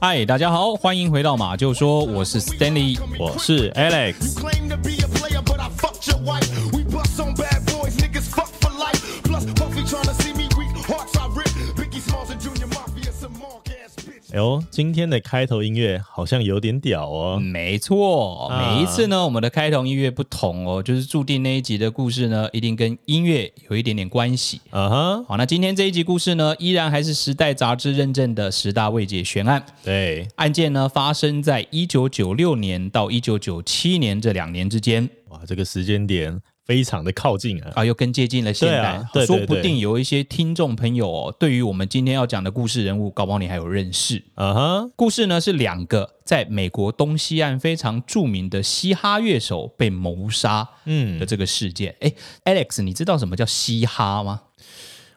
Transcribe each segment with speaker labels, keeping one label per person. Speaker 1: 嗨，大家好，欢迎回到马就说，我是 Stanley，
Speaker 2: 我是 Alex。
Speaker 3: claim to be a player, but I fucked your wife. We bust on bad boys, niggas fuck for life. Plus, Puffy tryna see me weak, hearts I rip. Biggie Smalls and Junior Mafia, some mark ass bitch.
Speaker 2: 哎呦，今天的开头音乐好像有点屌哦。
Speaker 1: 没错，
Speaker 2: 啊
Speaker 1: 每一次呢，我们的开头音乐不同哦，就是注定那一集的故事呢，一定跟音乐有一点点关系。
Speaker 2: 啊哈，
Speaker 1: 好，那今天这一集故事呢，依然还是《时代》杂志认证的十大未解悬案。
Speaker 2: 对，
Speaker 1: 案件呢发生在一九九六年到一九九七年这两年之间
Speaker 2: 哇，这个时间点非常的靠近啊。
Speaker 1: 啊，又更接近了现
Speaker 2: 对
Speaker 1: 代。
Speaker 2: 啊对对
Speaker 1: 说不
Speaker 2: 对
Speaker 1: 定有一些听众朋友哦，对于我们今天要讲的故事人物，搞不好你还有认识。
Speaker 2: 啊哈，
Speaker 1: 故事呢是两个在美国东西岸非常著名的嘻哈乐手被谋杀
Speaker 2: 嗯
Speaker 1: 的，这个事件。哎、a l e x 你知道什么叫嘻哈吗？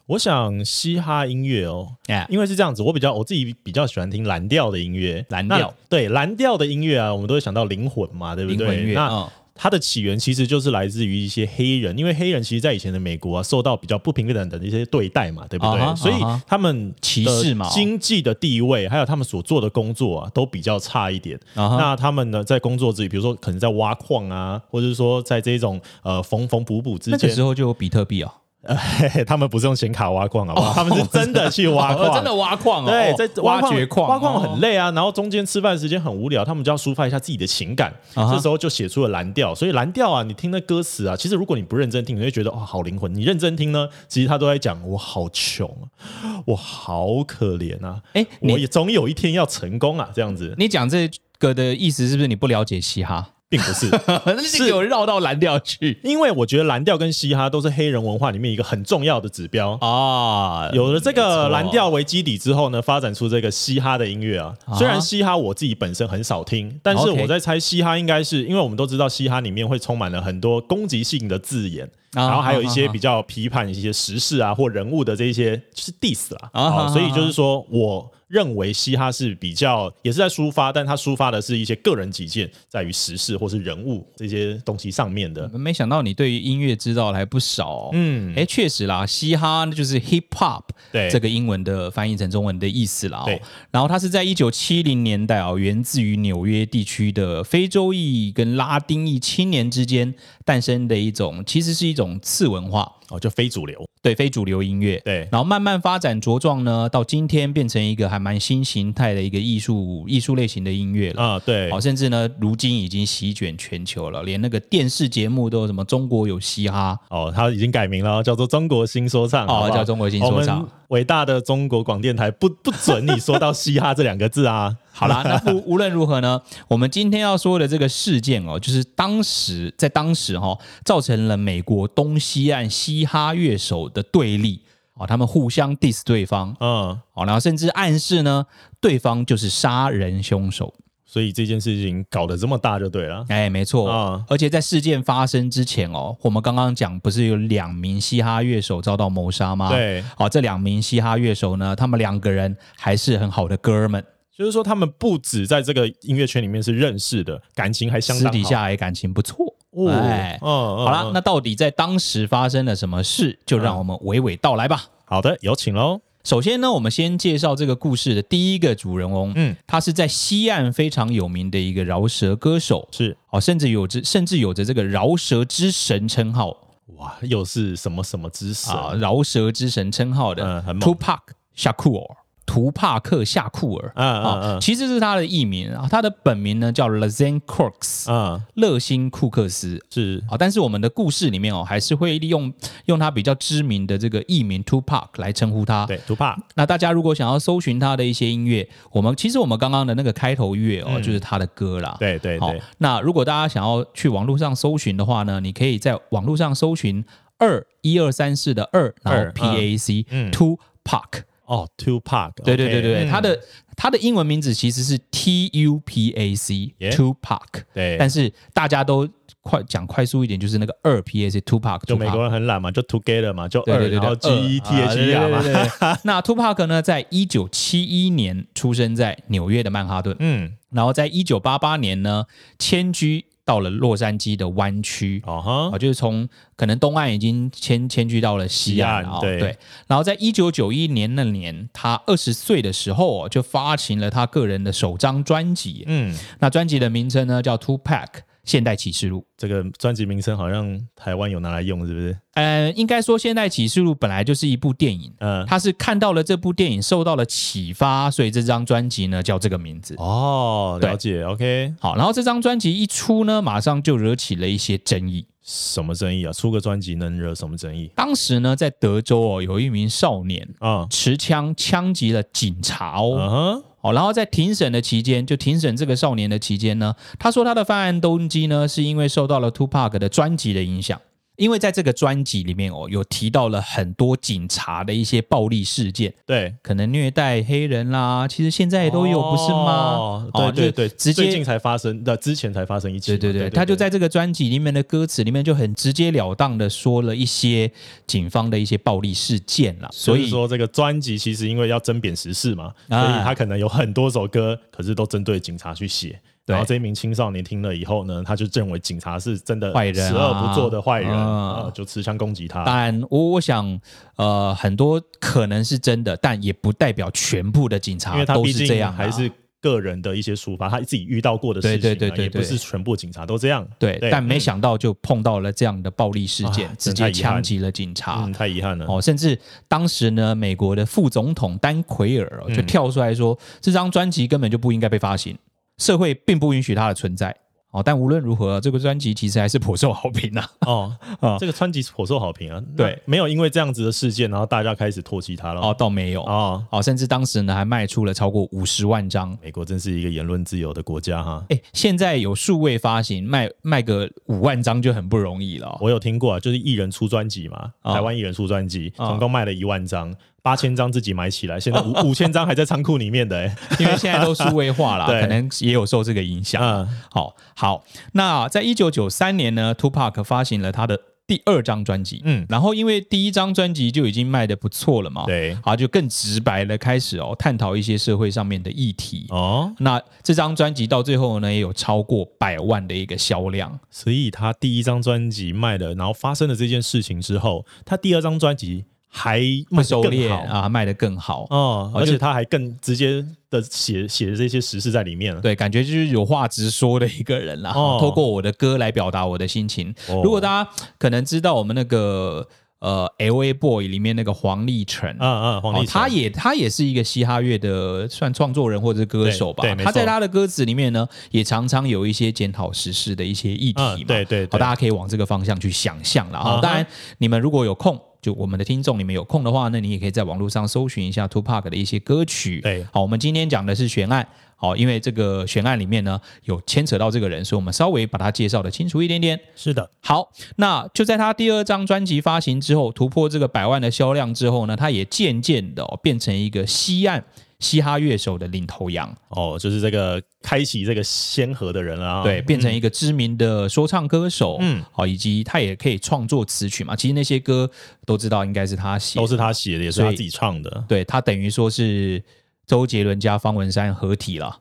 Speaker 2: 我想嘻哈音乐哦，
Speaker 1: 哎、
Speaker 2: 因为是这样子，我比较我自己比较喜欢听蓝调的音乐。
Speaker 1: 蓝调
Speaker 2: 那对蓝调的音乐啊，我们都会想到灵魂嘛，对不
Speaker 1: 灵魂
Speaker 2: 对？
Speaker 1: 乐
Speaker 2: 那、
Speaker 1: 嗯
Speaker 2: 它的起源其实就是来自于一些黑人，因为黑人其实，在以前的美国啊，受到比较不平等的一些对待嘛，对不对
Speaker 1: 啊哈
Speaker 2: 所以
Speaker 1: 啊哈
Speaker 2: 他们
Speaker 1: 歧
Speaker 2: 的
Speaker 1: 视嘛
Speaker 2: 经济的地位，还有他们所做的工作啊，都比较差一点。
Speaker 1: 啊哈
Speaker 2: 那他们呢，在工作之余，比如说可能在挖矿啊，或者是说在这种呃缝缝补补之
Speaker 1: 那个
Speaker 2: 间，
Speaker 1: 时候就有比特币哦，
Speaker 2: 嘿嘿 他们不是用显卡挖矿好不好？他们是真的去挖 矿，
Speaker 1: 哦真的挖矿哦，
Speaker 2: 对，
Speaker 1: 哦
Speaker 2: 在
Speaker 1: 挖掘矿，哦
Speaker 2: 挖矿很
Speaker 1: 累。
Speaker 2: 累啊。然后中间吃饭时间很无聊，他们就要抒发一下自己的情感。
Speaker 1: 啊哈
Speaker 2: 这时候就写出了蓝调，所以蓝调啊，你听那歌词啊，其实如果你不认真听，你会觉得哦好灵魂；你认真听呢，其实他都在讲我好穷啊，我好可怜啊，
Speaker 1: 哎你
Speaker 2: 我也总有一天要成功啊，这样子
Speaker 1: 你讲这个的意思是不是你不了解嘻 哈？
Speaker 2: 并不是。
Speaker 1: 那就给我绕到蓝调去
Speaker 2: 因为我觉得蓝调跟嘻哈都是黑人文化里面一个很重要的指标
Speaker 1: 啊！嗯
Speaker 2: 有了这
Speaker 1: 没错
Speaker 2: 个蓝调为基底之后呢，发展出这个嘻哈的音乐啊
Speaker 1: 啊。
Speaker 2: 虽然嘻哈我自己本身很少听，但是
Speaker 1: OK
Speaker 2: 我在猜嘻哈应该是因为我们都知道嘻哈里面会充满了很多攻击性的字眼，
Speaker 1: 啊
Speaker 2: 然后还有一
Speaker 1: 啊
Speaker 2: 些
Speaker 1: 啊
Speaker 2: 比较批判一些时事啊或人物的这一些就是 diss 啦。
Speaker 1: 啊啊
Speaker 2: 啊，所以
Speaker 1: 啊
Speaker 2: 就是说我。认为嘻哈是比较也是在抒发，但它抒发的是一些个人己见，在于时事或是人物这些东西上面的。
Speaker 1: 啊没想到你对于音乐知道的还不少、哦，嗯，哎，确实啦，嘻哈就是 hip hop，
Speaker 2: 对
Speaker 1: 这个英文的翻译成中文的意思啦、哦。
Speaker 2: 对，
Speaker 1: 然后它是在一九七零年代哦，源自于纽约地区的非洲裔跟拉丁裔青年之间诞生的一种，其实是一种次文化。
Speaker 2: 哦，就非主流。
Speaker 1: 对非主流音乐，
Speaker 2: 对
Speaker 1: 然后慢慢发展茁壮呢，到今天变成一个还蛮新形态的一个艺术艺术类型的音乐了。
Speaker 2: 啊，对，
Speaker 1: 好，甚至呢，如今已经席卷全球了，连那个电视节目都有什么中国有嘻哈，
Speaker 2: 哦，它已经改名了，叫做中国新说唱。
Speaker 1: 哦
Speaker 2: 好不好
Speaker 1: 叫中国新说唱。
Speaker 2: 我们伟大的中国广电台不 不准你说到嘻哈这两个字啊。
Speaker 1: 好啦，那不 无论如何呢，我们今天要说的这个事件哦，就是当时在当时哈、哦，造成了美国东西岸嘻哈乐手的对立哦，他们互相 diss 对方
Speaker 2: 嗯，
Speaker 1: 哦，然后甚至暗示呢，对方就是杀人凶手。
Speaker 2: 所以这件事情搞得这么大就对了。
Speaker 1: 哎，没错，
Speaker 2: 啊
Speaker 1: 而且在事件发生之前哦，我们刚刚讲不是有两名嘻哈乐手遭到谋杀吗？
Speaker 2: 对
Speaker 1: 好、这两名嘻哈乐手呢，他们两个人还是很好的哥们，
Speaker 2: 就是说，他们不止在这个音乐圈里面是认识的，感情还相
Speaker 1: 私
Speaker 2: 当好
Speaker 1: 底。下也感情不错。
Speaker 2: 哦，
Speaker 1: 哎
Speaker 2: 嗯，嗯
Speaker 1: 好啦，
Speaker 2: 嗯
Speaker 1: 那到底在当时发生了什么事？就让我们娓娓道来吧。
Speaker 2: 好的，有请喽。
Speaker 1: 首先呢，我们先介绍这个故事的第一个主人翁，
Speaker 2: 嗯，
Speaker 1: 他是在西岸非常有名的一个饶舌歌手，
Speaker 2: 是
Speaker 1: 哦，甚至有着甚至有着这个饶舌之神称号。
Speaker 2: 哇，又是什么什么之神？
Speaker 1: 啊，饶舌之神称号的、
Speaker 2: 嗯很猛
Speaker 1: Tupac 夏库尔，图帕克夏库尔，
Speaker 2: 嗯嗯
Speaker 1: 啊，
Speaker 2: 嗯
Speaker 1: 其实是他的艺名啊，他的本名呢叫 Lazen Crooks，、
Speaker 2: 嗯，
Speaker 1: 勒辛库克斯。
Speaker 2: 是
Speaker 1: 啊，但是我们的故事里面哦，还是会利用用他比较知名的这个艺名 Tupac 来称呼他。
Speaker 2: 对，图帕
Speaker 1: 那大家如果想要搜寻他的一些音乐，我们其实我们刚刚的那个开头乐哦，就是他的歌啦。
Speaker 2: 嗯对对
Speaker 1: 好
Speaker 2: 对，
Speaker 1: 那如果大家想要去网络上搜寻的话呢，你可以在网络上搜寻二一二三四的二，然后
Speaker 2: 二
Speaker 1: P A C
Speaker 2: 嗯
Speaker 1: Two Park。
Speaker 2: 哦，Two Pac，
Speaker 1: 对对对对对，
Speaker 2: 嗯
Speaker 1: 它的它的英文名字其实是 T U P A C
Speaker 2: Yeah
Speaker 1: Two Park，
Speaker 2: 对
Speaker 1: 但是大家都快讲快速一点，就是那个二 P A C Two Park，
Speaker 2: 就美国人很懒嘛，就 Together 嘛，就
Speaker 1: 对
Speaker 2: 二，
Speaker 1: 对对对，啊
Speaker 2: 然后 G E T H E R 嘛。
Speaker 1: 嘛。 那 Tupac 呢，在一九七一年出生在纽约的曼哈顿，
Speaker 2: 嗯，
Speaker 1: 然后在一九八八年呢，迁居到了洛杉矶的湾区。
Speaker 2: 啊哈
Speaker 1: 啊，，就是从可能东岸已经迁迁居到了西岸
Speaker 2: 西
Speaker 1: 啊、
Speaker 2: 岸
Speaker 1: 哦，
Speaker 2: 对
Speaker 1: 然后在一九九一年那年，他二十岁的时候、哦，就发行了他个人的首张专辑。
Speaker 2: 嗯，
Speaker 1: 那专辑的名称呢叫《Two Pack 现代启示录》。
Speaker 2: 这个专辑名称好像台湾有拿来用，是不是？
Speaker 1: 呃，应该说《现代启示录》本来就是一部电影，
Speaker 2: 嗯，
Speaker 1: 他是看到了这部电影受到了启发，所以这张专辑呢叫这个名字。
Speaker 2: 哦，
Speaker 1: 对
Speaker 2: 了解，OK，
Speaker 1: 好，然后这张专辑一出呢，马上就惹起了一些争议。
Speaker 2: 什么争议啊？出个专辑能惹什么争议？
Speaker 1: 当时呢，在德州哦，有一名少年
Speaker 2: 啊，
Speaker 1: 持枪枪击了警察哦。
Speaker 2: 嗯哼，
Speaker 1: 哦，然后在庭审的期间，就庭审这个少年的期间呢，他说他的犯案动机呢，是因为受到了 Tupac 的专辑的影响，因为在这个专辑里面哦，有提到了很多警察的一些暴力事件，
Speaker 2: 对，
Speaker 1: 可能虐待黑人啦，其实现在也都有，不是吗
Speaker 2: 哦？
Speaker 1: 哦
Speaker 2: 对对对，
Speaker 1: 就是直
Speaker 2: 最
Speaker 1: 接
Speaker 2: 近。才发生的，之前才发生一起
Speaker 1: 对
Speaker 2: 嘛。
Speaker 1: 对对，他就在这个专辑里面的歌词里面就很直截了当的说了一些警方的一些暴力事件啦，所
Speaker 2: 所以
Speaker 1: 以
Speaker 2: 说，这个专辑其实因为要争辩时事嘛，所
Speaker 1: 啊
Speaker 2: 以他可能有很多首歌，可是都针对警察去写。
Speaker 1: 对
Speaker 2: 然后这一名青少年听了以后呢，他就认为警察是真的
Speaker 1: 坏人啊
Speaker 2: 十恶不作的坏人，
Speaker 1: 啊
Speaker 2: 呃就持枪攻击他。
Speaker 1: 当然我我想呃很多可能是真的，但也不代表全部的警
Speaker 2: 因
Speaker 1: 察
Speaker 2: 为他
Speaker 1: 都
Speaker 2: 毕
Speaker 1: 是这
Speaker 2: 竟
Speaker 1: 样啦，啊
Speaker 2: 还是个人的一些抒发，他自己遇到过的事情啊，
Speaker 1: 对对对对
Speaker 2: 也不
Speaker 1: 对
Speaker 2: 是全部警察都这样。
Speaker 1: 对，但没
Speaker 2: 嗯
Speaker 1: 想到就碰到了这样的暴力事件，
Speaker 2: 啊
Speaker 1: 直
Speaker 2: 真太
Speaker 1: 接
Speaker 2: 遗憾
Speaker 1: 枪击了警察。
Speaker 2: 嗯，太遗憾了。
Speaker 1: 哦，甚至当时呢，美国的副总统丹奎尔、哦、
Speaker 2: 嗯
Speaker 1: 就跳出来说，这张专辑根本就不应该被发行，社会并不允许它的存在。哦，但无论如何，这个专辑其实还是颇受好评 啊。
Speaker 2: 哦
Speaker 1: 啊，
Speaker 2: 这个川籍颇受好评啊。
Speaker 1: 对，
Speaker 2: 没有因为这样子的事件，然后大家开始唾弃他了。
Speaker 1: 哦，倒没有。
Speaker 2: 哦，
Speaker 1: 哦，甚至当时呢，还卖出了超过五十万张。
Speaker 2: 美国真是一个言论自由的国家哈。
Speaker 1: 哎，现在有数位发行，卖卖个五万张就很不容易了、哦。
Speaker 2: 我有听过啊，就是艺人出专辑嘛，
Speaker 1: 啊
Speaker 2: 台湾艺人出专辑，
Speaker 1: 啊
Speaker 2: 总共卖了一万张，八千张自己买起来，现在五五千张还在仓库里面 的、欸。
Speaker 1: 因为现在都数位化啦，
Speaker 2: 对
Speaker 1: 可能也有受这个影响。
Speaker 2: 嗯
Speaker 1: 好好，那在一九九三年呢，Tupac 发行了他的第二张专辑，
Speaker 2: 嗯
Speaker 1: 然后因为第一张专辑就已经卖的不错了嘛，，
Speaker 2: 对，
Speaker 1: 啊，就更直白的开始哦，探讨一些社会上面的议题。
Speaker 2: 哦，
Speaker 1: 那这张专辑到最后呢，也有超过百万的一个销量。
Speaker 2: 所以他第一张专辑卖了，然后发生了这件事情之后，他第二张专辑还
Speaker 1: 不
Speaker 2: 卖得
Speaker 1: 收
Speaker 2: 更
Speaker 1: 敛
Speaker 2: 好。
Speaker 1: 啊，卖得更好。
Speaker 2: 哦，
Speaker 1: 哦
Speaker 2: 而
Speaker 1: 就
Speaker 2: 且他还更直接的写写这些实事在里面了。
Speaker 1: 对，感觉就是有话直说的一个人啦。
Speaker 2: 哦
Speaker 1: 透过我的歌来表达我的心情。
Speaker 2: 哦
Speaker 1: 如果大家可能知道我们那个呃《L A Boy》里面那个黄立成。
Speaker 2: 嗯嗯，黄
Speaker 1: 哦
Speaker 2: 立成、
Speaker 1: 他也他也是一个嘻哈乐的算创作人或者是歌手吧
Speaker 2: 对对。没
Speaker 1: 他在
Speaker 2: 错
Speaker 1: 他的歌词里面呢，也常常有一些检讨时事的一些议题嘛。
Speaker 2: 嗯对对
Speaker 1: 好，
Speaker 2: 对
Speaker 1: 大家可以往这个方向去想象了
Speaker 2: 啊
Speaker 1: 啊。
Speaker 2: 哈
Speaker 1: 当然，你们如果有空，就我们的听众，你们有空的话，那你也可以在网络上搜寻一下 Tupac 的一些歌曲。
Speaker 2: 对
Speaker 1: 好，我们今天讲的是悬案。好，因为这个悬案里面呢有牵扯到这个人，所以我们稍微把他介绍的清楚一点点。
Speaker 2: 是的，
Speaker 1: 好，那就在他第二张专辑发行之后，突破这个百万的销量之后呢，他也渐渐的、哦、变成一个西岸嘻哈乐手的领头羊，
Speaker 2: 哦，就是这个开启这个先河的人了啊。
Speaker 1: 对，变成一个知名的说唱歌手，
Speaker 2: 嗯，
Speaker 1: 好、以及他也可以创作词曲嘛。其实那些歌都知道应该是他写的，
Speaker 2: 都是他写的，也是
Speaker 1: 所以
Speaker 2: 他自己唱的。
Speaker 1: 对他等于说是周杰伦加方文山合体了，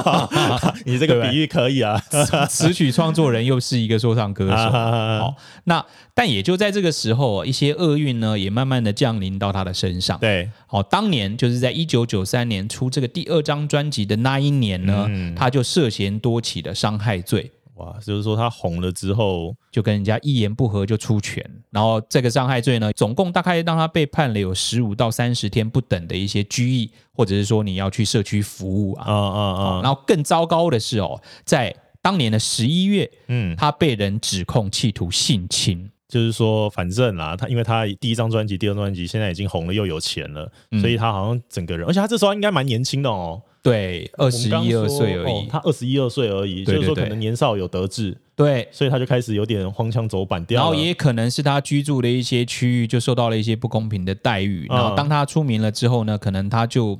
Speaker 2: 你这
Speaker 1: 对
Speaker 2: 个
Speaker 1: 不对
Speaker 2: 比喻可以啊。
Speaker 1: 词曲创作人又是一个说唱歌 手。好，那但也就在这个时候哦，一些厄运呢也慢慢的降临到他的身上。
Speaker 2: 对，
Speaker 1: 好，当年就是在一九九三年出这个第二张专辑的那一年呢，
Speaker 2: 嗯
Speaker 1: 他就涉嫌多起的伤害罪，
Speaker 2: 哇，就是说他红了之后，
Speaker 1: 就跟人家一言不合就出拳，然后这个伤害罪呢，总共大概让他被判了有十五到三十天不等的一些拘役，或者是说你要去社区服务啊。
Speaker 2: 啊啊啊，
Speaker 1: 然后更糟糕的是哦，在当年的十一月，
Speaker 2: 嗯，
Speaker 1: 他被人指控企图性侵。
Speaker 2: 就是说，反正啦，他因为他第一张专辑、第二张专辑现在已经红了，又有钱了，
Speaker 1: 嗯
Speaker 2: 所以他好像整个人，而且他这时候应该蛮年轻的哦，
Speaker 1: 对，二十
Speaker 2: 我们
Speaker 1: 一
Speaker 2: 刚
Speaker 1: 二
Speaker 2: 刚说
Speaker 1: 岁而
Speaker 2: 哦
Speaker 1: 已。
Speaker 2: 他二十一二岁而已，
Speaker 1: 对
Speaker 2: 就
Speaker 1: 对
Speaker 2: 是说
Speaker 1: 对
Speaker 2: 可能年少有得志，
Speaker 1: 对，
Speaker 2: 所以他就开始有点荒腔走板掉
Speaker 1: 然
Speaker 2: 了。
Speaker 1: 后也可能是他居住的一些区域就受到了一些不公平的待遇。
Speaker 2: 嗯
Speaker 1: 然后当他出名了之后呢，可能他就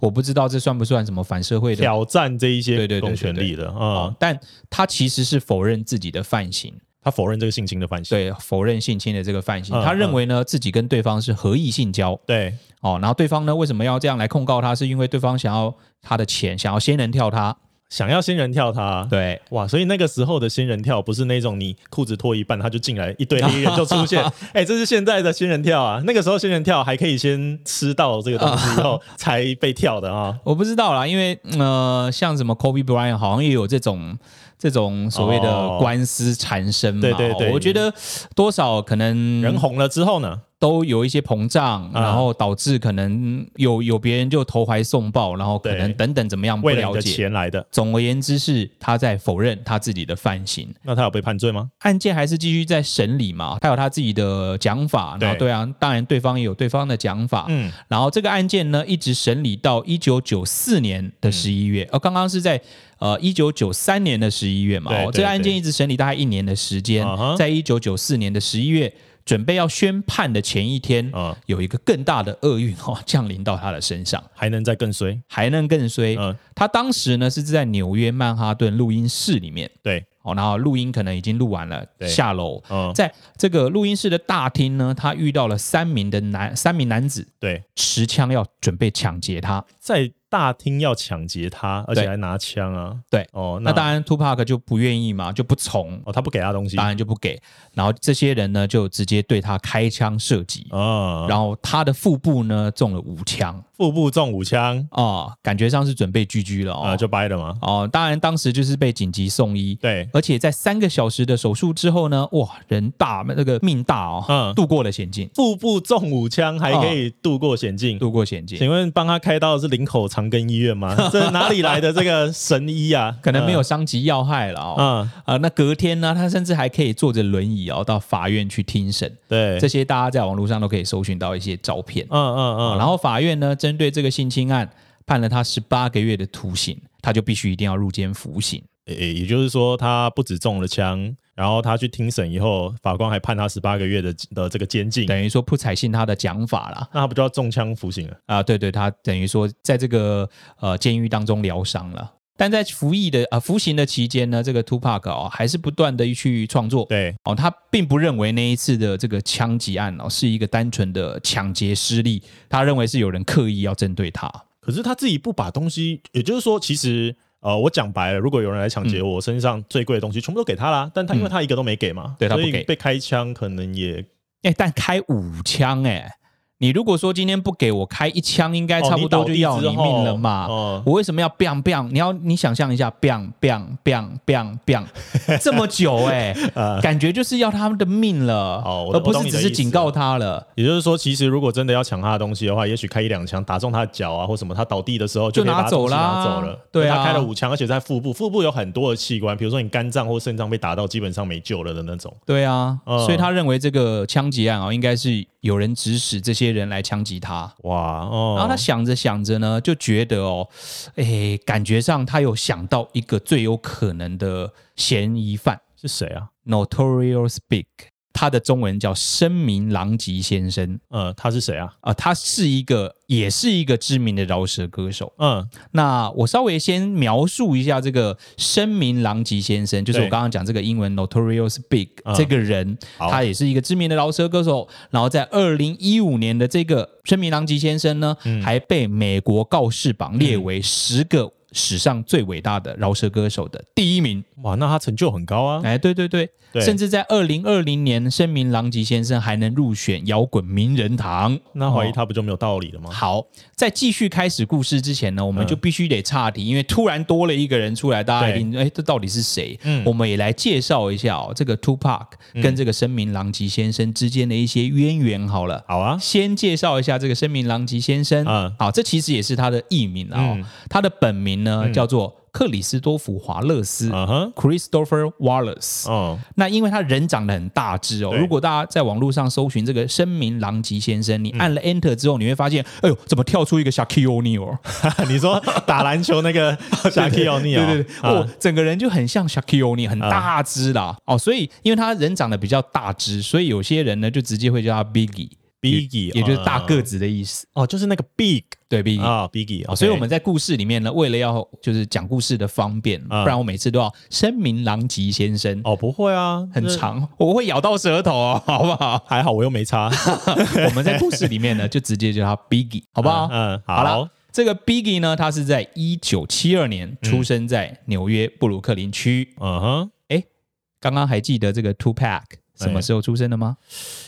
Speaker 1: 我不知道这算不算什么反社会的
Speaker 2: 挑战这一
Speaker 1: 对
Speaker 2: 些
Speaker 1: 对对对
Speaker 2: 公权力的
Speaker 1: 哦
Speaker 2: 啊，，
Speaker 1: 但他其实是否认自己的犯行，
Speaker 2: 他否认这个性侵的犯行。
Speaker 1: 对，否认性侵的这个犯行。
Speaker 2: 嗯
Speaker 1: 他认为呢自己跟对方是合意性交
Speaker 2: 对，
Speaker 1: 哦，然后对方呢为什么要这样来控告他？是因为对方想要他的钱，想要仙人跳他。
Speaker 2: 想要新人跳他，
Speaker 1: 对，
Speaker 2: 哇，所以那个时候的新人跳不是那种你裤子脱一半他就进来一堆黑人就出 现，哎、这是现在的新人跳啊。那个时候新人跳还可以先吃到这个东西以后才被跳的啊。
Speaker 1: 我不知道啦，因为嗯呃，像什么 Kobe Bryant 好像也有这种这种所谓的
Speaker 2: 哦
Speaker 1: 官司缠身嘛，
Speaker 2: 对对对
Speaker 1: 我觉得多少可能
Speaker 2: 人红了之后呢，
Speaker 1: 都有一些膨胀，
Speaker 2: 啊
Speaker 1: 然后导致可能有有别人就投怀送抱，然后可能
Speaker 2: 对
Speaker 1: 等等怎么样不
Speaker 2: 为了你
Speaker 1: 了
Speaker 2: 的
Speaker 1: 解。
Speaker 2: 钱来的，
Speaker 1: 总而言之是他在否认他自己的犯行，
Speaker 2: 那他有被判罪吗？
Speaker 1: 案件还是继续在审理嘛，他有他自己的讲法，然后
Speaker 2: 对
Speaker 1: 对啊，当然对方也有对方的讲法，
Speaker 2: 嗯，
Speaker 1: 然后这个案件呢，一直审理到一九九四年
Speaker 2: 嗯
Speaker 1: 的十一月，呃，刚刚是在呃一九九三年的十一月嘛，
Speaker 2: 对
Speaker 1: 哦，
Speaker 2: 对
Speaker 1: 这个案件
Speaker 2: 对
Speaker 1: 一直审理大概一年的时间
Speaker 2: 啊哈，
Speaker 1: 在一九九四年的十一月。准备要宣判的前一天
Speaker 2: 啊，
Speaker 1: 有一个更大的厄运哦 降临到他的身上，
Speaker 2: 还能再更衰？
Speaker 1: 还能更衰
Speaker 2: 嗯。
Speaker 1: 他当时呢是在纽约曼哈顿录音室里面，
Speaker 2: 对，
Speaker 1: 哦，然后录音可能已经录完了，
Speaker 2: 对
Speaker 1: 下楼，
Speaker 2: 嗯，
Speaker 1: 在这个录音室的大厅呢，他遇到了三名的男三名男子，
Speaker 2: 对，
Speaker 1: 持枪要准备抢劫他。
Speaker 2: 在大厅要抢劫他，而且
Speaker 1: 对
Speaker 2: 还拿枪啊。
Speaker 1: 对，
Speaker 2: 哦，
Speaker 1: 那当然，Tupac 就不愿意嘛，就不从，
Speaker 2: 哦，他不给他东西
Speaker 1: 当
Speaker 2: 啊
Speaker 1: 然就不给。然后这些人呢，就直接对他开枪射击，，
Speaker 2: 哦
Speaker 1: 然后他的腹部呢中了五枪
Speaker 2: 腹部中五枪
Speaker 1: 啊、感觉上是准备狙击了哦。
Speaker 2: 啊，就掰了嘛。
Speaker 1: 哦，当然当时就是被紧急送医。
Speaker 2: 对，
Speaker 1: 而且在三个小时的手术之后呢，哇，人大那个命大哦，
Speaker 2: 嗯
Speaker 1: 度过了险境，
Speaker 2: 腹部中五枪还可以度过险境。
Speaker 1: 度过险境。
Speaker 2: 请问帮他开刀的是林口长庚医院吗？ 这哪里来的这个神医啊？
Speaker 1: 可能没有伤及要害了哦。
Speaker 2: 嗯
Speaker 1: 啊，那隔天呢，他甚至还可以坐着轮椅哦到法院去听审。
Speaker 2: 对，
Speaker 1: 这些大家在网络上都可以搜寻到一些照片。
Speaker 2: 嗯嗯
Speaker 1: 啊
Speaker 2: 嗯，
Speaker 1: 然后法院呢，针对这个性侵案判了他十八个月的徒刑，他就必须一定要入监服刑。
Speaker 2: 也也就是说，他不止中了枪，然后他去听审以后，法官还判他十八个月的的这个监禁，
Speaker 1: 等于说不采信他的讲法啦。
Speaker 2: 那他不就要中枪服刑了？
Speaker 1: 啊，对对，他等于说在这个呃监狱当中疗伤了。但在服役的呃服刑的期间呢，这个 Tupac 哦还是不断的去创作，
Speaker 2: 对，
Speaker 1: 哦，他并不认为那一次的这个枪击案哦是一个单纯的抢劫失利，他认为是有人刻意要针对他。
Speaker 2: 可是他自己不把东西，也就是说，其实呃，我讲白了，如果有人来抢劫
Speaker 1: 嗯
Speaker 2: 我、身上最贵的东西，全部都给他啦，但他因为他一个都没给嘛，
Speaker 1: 对他不
Speaker 2: 所以
Speaker 1: 给
Speaker 2: 被开枪可能也
Speaker 1: 哎，但开五枪哎，你如果说今天不给我开一枪，应该
Speaker 2: 哦
Speaker 1: 差不多
Speaker 2: 你倒
Speaker 1: 就
Speaker 2: 地
Speaker 1: 要
Speaker 2: 之
Speaker 1: 你
Speaker 2: 后
Speaker 1: 命了嘛。
Speaker 2: 哦
Speaker 1: 我为什么要 biang biang？你要你想象一下 biang biang biang biang biang 这么久哎、
Speaker 2: 呃
Speaker 1: 感觉就是要他们的命了，
Speaker 2: 哦
Speaker 1: 而
Speaker 2: 我懂
Speaker 1: 不
Speaker 2: 我懂
Speaker 1: 是
Speaker 2: 你
Speaker 1: 只
Speaker 2: 的
Speaker 1: 是
Speaker 2: 意
Speaker 1: 警
Speaker 2: 思
Speaker 1: 告他了，
Speaker 2: 也就是说，其实如果真的要抢他的东西的话，也许开一两枪打中他的脚啊，或什么，他倒地的时候
Speaker 1: 就
Speaker 2: 可以把
Speaker 1: 拿
Speaker 2: 他
Speaker 1: 走
Speaker 2: 东西
Speaker 1: 啦
Speaker 2: 拿走了。
Speaker 1: 对啊
Speaker 2: 他开了五枪，而且在腹部，腹部有很多的器官，比如说你肝脏或肾脏被打到，基本上没救了的那种。
Speaker 1: 对啊，
Speaker 2: 嗯
Speaker 1: 所以他认为这个枪击案啊、应该是有人指使这些人来枪击他。
Speaker 2: 哇哦，
Speaker 1: 然后他想着想着呢，就觉得哦，诶，感觉上他有想到一个最有可能的嫌疑犯
Speaker 2: 是谁啊？
Speaker 1: ，Notorious Big，他的中文叫声名狼藉先生
Speaker 2: 嗯，他是谁啊？
Speaker 1: 啊、他是一个也是一个知名的饶舌歌手。
Speaker 2: 嗯，
Speaker 1: 那我稍微先描述一下这个声名狼藉先生，就是我
Speaker 2: 对
Speaker 1: 刚刚讲这个英文 Notorious Big、
Speaker 2: 嗯
Speaker 1: 这个人，
Speaker 2: 好
Speaker 1: 他也是一个知名的饶舌歌手。然后在二零一五年的这个声名狼藉先生呢，
Speaker 2: 嗯
Speaker 1: 还被美国告示榜列为十个史上最伟大的饶舌歌手的第一名。
Speaker 2: 哇，那他成就很高啊。
Speaker 1: 哎，对对对，
Speaker 2: 对
Speaker 1: 甚至在二零二零年，声名狼藉先生还能入选摇滚名人堂。
Speaker 2: 那怀疑
Speaker 1: 哦
Speaker 2: 他不就没有道理了吗？
Speaker 1: 好，在继续开始故事之前呢，我们就必须得岔题，因为突然多了一个人出来，大家一
Speaker 2: 嗯对
Speaker 1: 定哎，这到底是谁？
Speaker 2: 嗯
Speaker 1: 我们也来介绍一下哦，这个 Tupac 跟这个声名狼藉先生之间的一些渊源。好了，
Speaker 2: 好 啊，
Speaker 1: 先介绍一下这个声名狼藉先生
Speaker 2: 嗯
Speaker 1: 好，这其实也是他的艺名啊、哦，
Speaker 2: 嗯
Speaker 1: 他的本名呢、叫做克里斯多夫·华勒斯、
Speaker 2: 嗯哼，
Speaker 1: （Christopher Wallace）。
Speaker 2: 哦，
Speaker 1: 那因为他人长得很大只哦，
Speaker 2: 对
Speaker 1: 如果大家在网络上搜寻这个声名狼藉先生，你按了 Enter 之后，你会发现，哎呦，怎么跳出一个 Shaquille O'Neal？
Speaker 2: 你说打篮球那个夏克奥尼尔，
Speaker 1: 对对对，哦
Speaker 2: 啊，
Speaker 1: 整个人就很像 Shaquille O'Neal，很大只啦。哦，所以因为他人长得比较大只，所以有些人呢就直接会叫他 Biggie，
Speaker 2: ，Biggie，
Speaker 1: 也就是大个
Speaker 2: 子
Speaker 1: 子的意思。
Speaker 2: 哦，就是那个 Big
Speaker 1: 对 Biggie，哦
Speaker 2: 啊，Biggie，
Speaker 1: 所以我们在故事里面呢，为了要就是讲故事的方便，
Speaker 2: 啊
Speaker 1: 不然我每次都要声名狼藉先生，
Speaker 2: 哦不会啊，
Speaker 1: 很
Speaker 2: 那
Speaker 1: 长，我会咬到舌头哦，好不好？
Speaker 2: 还好我又没差，
Speaker 1: 我们在故事里面呢，就直接叫他 Biggie，好不好？
Speaker 2: 嗯嗯
Speaker 1: 好
Speaker 2: 好
Speaker 1: 了。这个 Biggie 呢，他是在一九七二年出生在纽约布鲁克林区。
Speaker 2: 嗯哼，
Speaker 1: 刚刚还记得这个 Two Pack 什么时候出生的吗？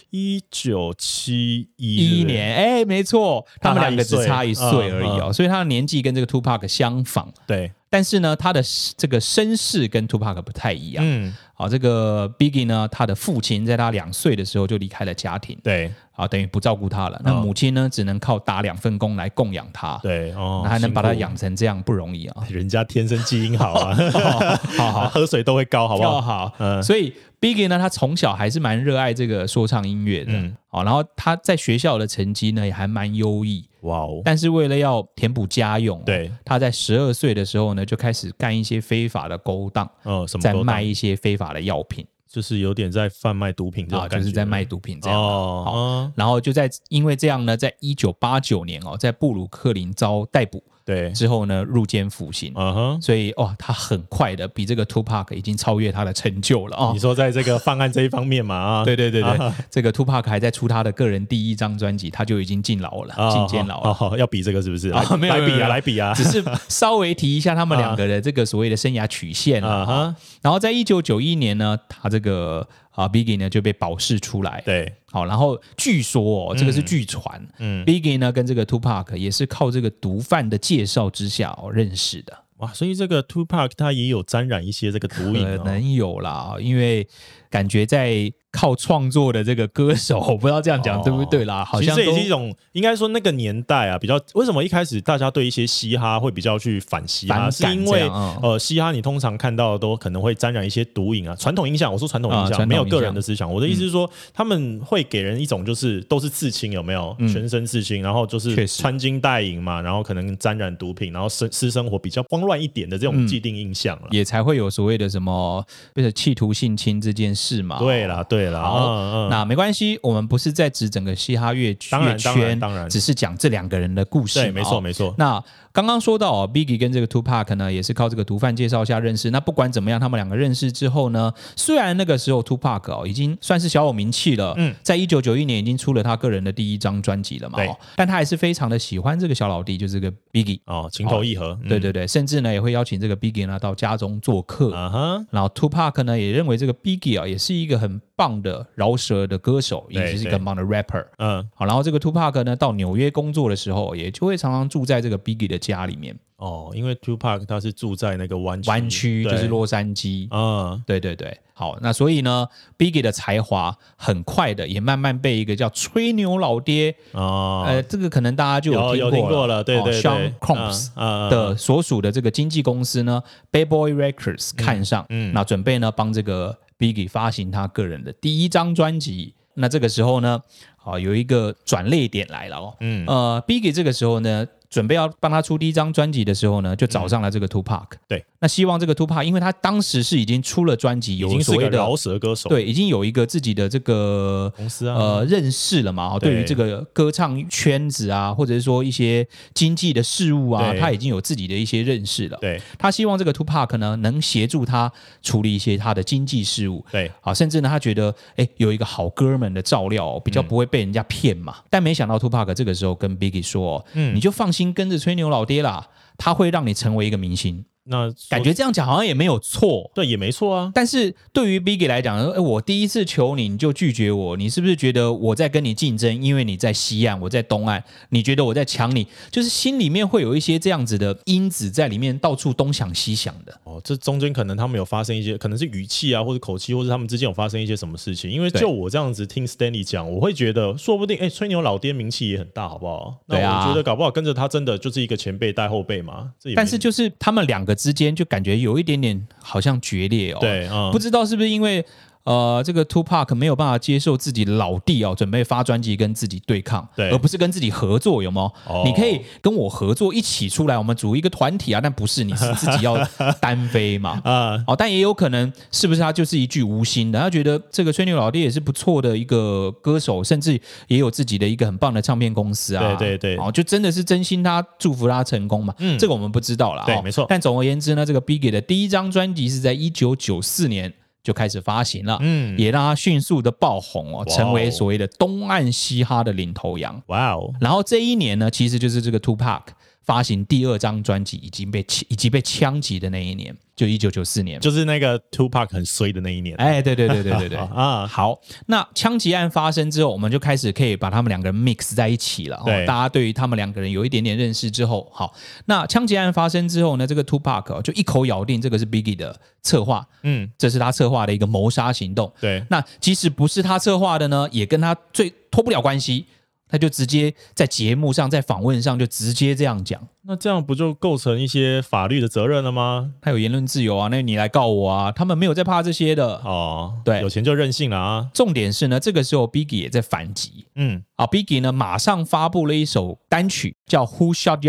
Speaker 2: 一九七
Speaker 1: 一
Speaker 2: 一
Speaker 1: 一，年，哎，没错，他们两个只差一岁而已
Speaker 2: 嗯
Speaker 1: 哦，
Speaker 2: 嗯
Speaker 1: 所以他的年纪跟这个 Two Pack 相仿。
Speaker 2: 对，
Speaker 1: 但是呢，他的这个身世跟 Two Pack 不太一样。
Speaker 2: 嗯，
Speaker 1: 好，这个 Biggie 呢，他的父亲在他两岁的时候就离开了家庭，
Speaker 2: 对
Speaker 1: 啊，等于不照顾他了。那
Speaker 2: 哦
Speaker 1: 母亲呢，只能靠打两份工来供养他。。
Speaker 2: 对哦，
Speaker 1: 那还能把他
Speaker 2: 辛苦
Speaker 1: 养成这样不容易啊！
Speaker 2: 人家天生基因好啊，
Speaker 1: 好好
Speaker 2: 喝水都会高，好不
Speaker 1: 要
Speaker 2: 好？
Speaker 1: 好，
Speaker 2: 嗯
Speaker 1: 所以 Biggie 呢，他从小还是蛮热爱这个说唱音乐的，
Speaker 2: 嗯
Speaker 1: 好，然后他在学校的成绩呢也还蛮优异，
Speaker 2: 哇哦，
Speaker 1: 但是为了要填补家用，
Speaker 2: 对，
Speaker 1: 他在十二岁的时候呢就开始干一些非法的勾当，
Speaker 2: 哦，什么
Speaker 1: 在
Speaker 2: 勾当
Speaker 1: 卖一些非法的药品
Speaker 2: 就是有点在贩卖毒品这种
Speaker 1: 啊，
Speaker 2: 感觉，
Speaker 1: 就是在卖毒品这样。好
Speaker 2: 哦，嗯
Speaker 1: 然后就在因为这样呢，在一九八九年哦，在布鲁克林遭逮捕
Speaker 2: 对，
Speaker 1: 之后呢，入监服刑。
Speaker 2: 嗯哼。
Speaker 1: 所以哇，他很快的比这个 Tupac 已经超越他的成就了哦
Speaker 2: 你。说在这个犯案这一方面嘛啊，
Speaker 1: 对对对对，
Speaker 2: 啊
Speaker 1: 这个 Tupac 还在出他的个人第一张专辑，他就已经进牢了，
Speaker 2: 哦
Speaker 1: 进监牢
Speaker 2: 哦
Speaker 1: 了。
Speaker 2: 好，要比这个是不是？
Speaker 1: 啊
Speaker 2: 来
Speaker 1: 没有
Speaker 2: 来
Speaker 1: 没有
Speaker 2: 比
Speaker 1: 没
Speaker 2: 啊，
Speaker 1: 有
Speaker 2: 来比啊，
Speaker 1: 只是稍微提一下他们两个 的这个所谓的生涯曲线
Speaker 2: 啊
Speaker 1: 啊。
Speaker 2: 哈，
Speaker 1: 然后在一九九一年呢，他这个啊 Biggie 呢就被保释出来。，
Speaker 2: 对，
Speaker 1: 好，然后据说哦，这个是据传，
Speaker 2: 嗯，
Speaker 1: Biggie 呢跟这个 Tupac 也是靠这个毒贩的介绍之下哦认识的，
Speaker 2: 哇，所以这个 Two Pack 他也有沾染一些这个毒瘾
Speaker 1: 可
Speaker 2: 哦，
Speaker 1: 能有啦，因为感觉在靠创作的这个歌手， 我不知道这样讲、
Speaker 2: 哦
Speaker 1: 对不对啦，好像
Speaker 2: 其实这也
Speaker 1: 都
Speaker 2: 是一种，应该说那个年代啊，比较为什么一开始大家对一些嘻哈会比较去反嘻哈，
Speaker 1: 反
Speaker 2: 是
Speaker 1: 感
Speaker 2: 因
Speaker 1: 这
Speaker 2: 为
Speaker 1: 样嗯
Speaker 2: 呃，嘻哈你通常看到的都可能会沾染一些毒瘾啊，传统影响，我说传统
Speaker 1: 啊
Speaker 2: 影
Speaker 1: 传统
Speaker 2: 响，没有
Speaker 1: 影
Speaker 2: 个
Speaker 1: 响嗯
Speaker 2: 人的思想，我的意思是说，他们会给人一种就是都是刺青，有没有？全身刺青，然后就
Speaker 1: 嗯确
Speaker 2: 是
Speaker 1: 实
Speaker 2: 穿金戴银嘛，然后可能沾染毒品，然后生私生活比较慌乱一点的这种既定印象啊了。
Speaker 1: 嗯也才会有所谓的什么，就是企图性侵这件事嘛。
Speaker 2: 对啦，对啦，
Speaker 1: 好，
Speaker 2: 嗯嗯
Speaker 1: 那没关系，我们不是在指整个嘻哈乐
Speaker 2: 当然
Speaker 1: 乐
Speaker 2: 当然
Speaker 1: 圈，
Speaker 2: 当然
Speaker 1: 只是讲这两个人的故事嘛。
Speaker 2: 对，没错
Speaker 1: 哦
Speaker 2: 没错，
Speaker 1: 那刚刚说到、哦、Biggie 跟这个 Tupac 呢，也是靠这个毒贩介绍下认识。那不管怎么样，他们两个认识之后呢，虽然那个时候 Tupac 哦已经算是小有名气了，嗯，在一九九一年已经出了他个人的第一张专辑了嘛、
Speaker 2: 对
Speaker 1: 哦，但他还是非常的喜欢这个小老弟，就是这个 Biggie。
Speaker 2: 哦，情投意合，嗯
Speaker 1: 对对对，甚至呢也会邀请这个 Biggie 呢到家中做客。
Speaker 2: 啊哈，
Speaker 1: 然后 Tupac 呢也认为这个 Biggie 啊也是一个很棒的饶舌的歌手，以
Speaker 2: 对
Speaker 1: 及是一个
Speaker 2: 对
Speaker 1: 很棒的 rapper。
Speaker 2: 嗯，
Speaker 1: 好，然后这个 Tupac 呢到纽约工作的时候，也就会常常住在这个 Biggie 的家里面。
Speaker 2: 哦，因为 Two Pack 他是住在那个湾区，
Speaker 1: 湾区
Speaker 2: 对
Speaker 1: 就是洛杉矶。
Speaker 2: 嗯，
Speaker 1: 对对对，好，那所以呢，Biggie 的才华很快的也慢慢被一个叫吹牛老爹，
Speaker 2: 哦，
Speaker 1: 呃，这个可能大家就
Speaker 2: 有
Speaker 1: 有
Speaker 2: 有听
Speaker 1: 过哦
Speaker 2: 过了，对对
Speaker 1: s h a
Speaker 2: 对
Speaker 1: n Combs
Speaker 2: 嗯嗯嗯
Speaker 1: 的呃所属的这个经纪公司呢，Bad Boy Records 看上，
Speaker 2: 嗯
Speaker 1: 那准备呢帮这个 Biggie 发行他个人的第一张专辑。那这个时候呢，啊、有一个转捩点来了哦，
Speaker 2: 嗯
Speaker 1: 呃，Biggie 这个时候呢，准备要帮他出第一张专辑的时候呢，就找上了这个 Tupac，、
Speaker 2: 嗯对，
Speaker 1: 那希望这个 Tupac，因为他当时是已经出了专辑，
Speaker 2: 已
Speaker 1: 有
Speaker 2: 经是
Speaker 1: 所
Speaker 2: 个
Speaker 1: 谓的
Speaker 2: 饶舌歌手，
Speaker 1: 对，已经有一个自己的这个
Speaker 2: 公司啊
Speaker 1: 呃认识了嘛，哦对于
Speaker 2: 对
Speaker 1: 这个歌唱圈子啊，或者是说一些经济的事物啊，
Speaker 2: 对
Speaker 1: 他已经有自己的一些认识了。，
Speaker 2: 对
Speaker 1: 他希望这个 Tupac 呢能协助他处理一些他的经济事务。
Speaker 2: 对，
Speaker 1: 啊，甚至呢，他觉得哎，有一个好哥们的照料、哦比
Speaker 2: 嗯
Speaker 1: 较不会被人家骗嘛。但没想到 Tupac 这个时候跟 Biggie 说、哦，嗯，你就放心跟着吹牛老爹啦，他会让你成为一个明星。
Speaker 2: 那
Speaker 1: 感觉这样讲好像也没有错，
Speaker 2: 对也没错啊，
Speaker 1: 但是对于 Biggie 来讲，哎，我第一次求你，你就拒绝我，你是不是觉得我在跟你竞争？因为你在西岸，我在东岸，你觉得我在抢你，就是心里面会有一些这样子的因子在里面，到处东想西想的。
Speaker 2: 哦，这中间可能他们有发生一些，可能是语气啊，或者口气，或者他们之间有发生一些什么事情。因为
Speaker 1: 对
Speaker 2: 就我这样子听 Stanley 讲，我会觉得，说不定哎、吹牛老爹名气也很大，好不好？那
Speaker 1: 对啊
Speaker 2: 我觉得搞不好跟着他真的就是一个前辈带后辈嘛。这也没
Speaker 1: 但是就是他们两个之间，就感觉有一点点好像决裂哦。
Speaker 2: 对，嗯，
Speaker 1: 不知道是不是因为呃，这个 Tupac 没有办法接受自己老弟哦，准备发专辑跟自己对抗，
Speaker 2: 对
Speaker 1: 而不是跟自己合作，有吗？
Speaker 2: 哦
Speaker 1: 你可以跟我合作，一起出来，我们组一个团体啊，但不是你是自己要单飞 嘛。
Speaker 2: 啊，
Speaker 1: 哦，但也有可能是不是他就是一句无心的，他觉得这个吹牛老爹也是不错的一个歌手，甚至也有自己的一个很棒的唱片公司啊。
Speaker 2: 对对对
Speaker 1: 哦，就真的是真心他祝福他成功嘛？嗯，这个我们不知道啦。
Speaker 2: 对
Speaker 1: 哦
Speaker 2: 没错
Speaker 1: 但总而言之呢，这个 Biggie 的第一张专辑是在一九九四年。就开始发行了，嗯，也让他迅速的爆红哦，
Speaker 2: 哦
Speaker 1: 成为所谓的东岸嘻哈的领头羊。
Speaker 2: 哇哦，
Speaker 1: 然后这一年呢，其实就是这个 Tupac 发行第二张专辑已经被以及被枪击的那一年，就一九九四年。
Speaker 2: 就是那个 Two Pack 很衰的那一年。
Speaker 1: 哎，对对对对 对对
Speaker 2: 啊
Speaker 1: 好，那枪击案发生之后，我们就开始可以把他们两个人 mix 在一起了。哦
Speaker 2: 对
Speaker 1: 大家对于他们两个人有一点点认识之后，好，那枪击案发生之后呢，这个 Tupac 哦就一口咬定这个是 Biggie 的策划，
Speaker 2: 嗯，
Speaker 1: 这是他策划的一个谋杀行动。
Speaker 2: 对，
Speaker 1: 那即使不是他策划的呢，也跟他最脱不了关系。他就直接在节目上，在访问上就直接这样讲，
Speaker 2: 那这样不就构成一些法律的责任了吗？
Speaker 1: 他有言论自由啊，那你来告我啊，他们没有在怕这些的。
Speaker 2: 哦，
Speaker 1: 对
Speaker 2: 有钱就任性了啊。
Speaker 1: 重点是呢，这个时候 Biggie 也在反击
Speaker 2: 嗯，
Speaker 1: 啊，Biggie 呢马上发布了一首单曲叫《Who Shot Ya》，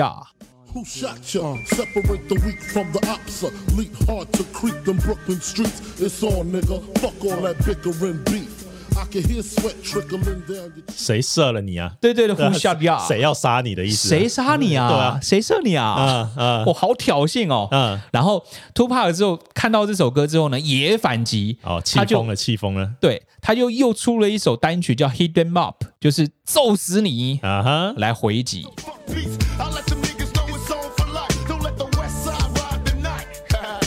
Speaker 3: Who shot ya? Separate the weak from the ops. Uh, Leap hard to creep them Brooklyn streets. It's on, nigga. Fuck all that bickering beef. I can hear sweat trickling down your
Speaker 2: 谁射了你啊？
Speaker 1: 对对对，Who Shot Ya？
Speaker 2: 谁要杀你的意思？
Speaker 1: 啊
Speaker 2: 啊
Speaker 1: 谁？杀你
Speaker 2: 对
Speaker 1: 啊
Speaker 2: 啊？
Speaker 1: 谁射你啊
Speaker 2: 嗯？嗯
Speaker 1: 我好挑衅哦。
Speaker 2: 嗯
Speaker 1: 然后 Tupac 之后看到这首歌之后呢，也反击，
Speaker 2: 哦，气
Speaker 1: 他就
Speaker 2: 疯了，气疯了
Speaker 1: 对，他又又出了一首单曲叫《Hit Them Up》，就是揍死你、
Speaker 2: 啊哈！
Speaker 1: 来回击。
Speaker 3: fuck beats. I let them niggas know it's on for life. Don't let the west side ride the night.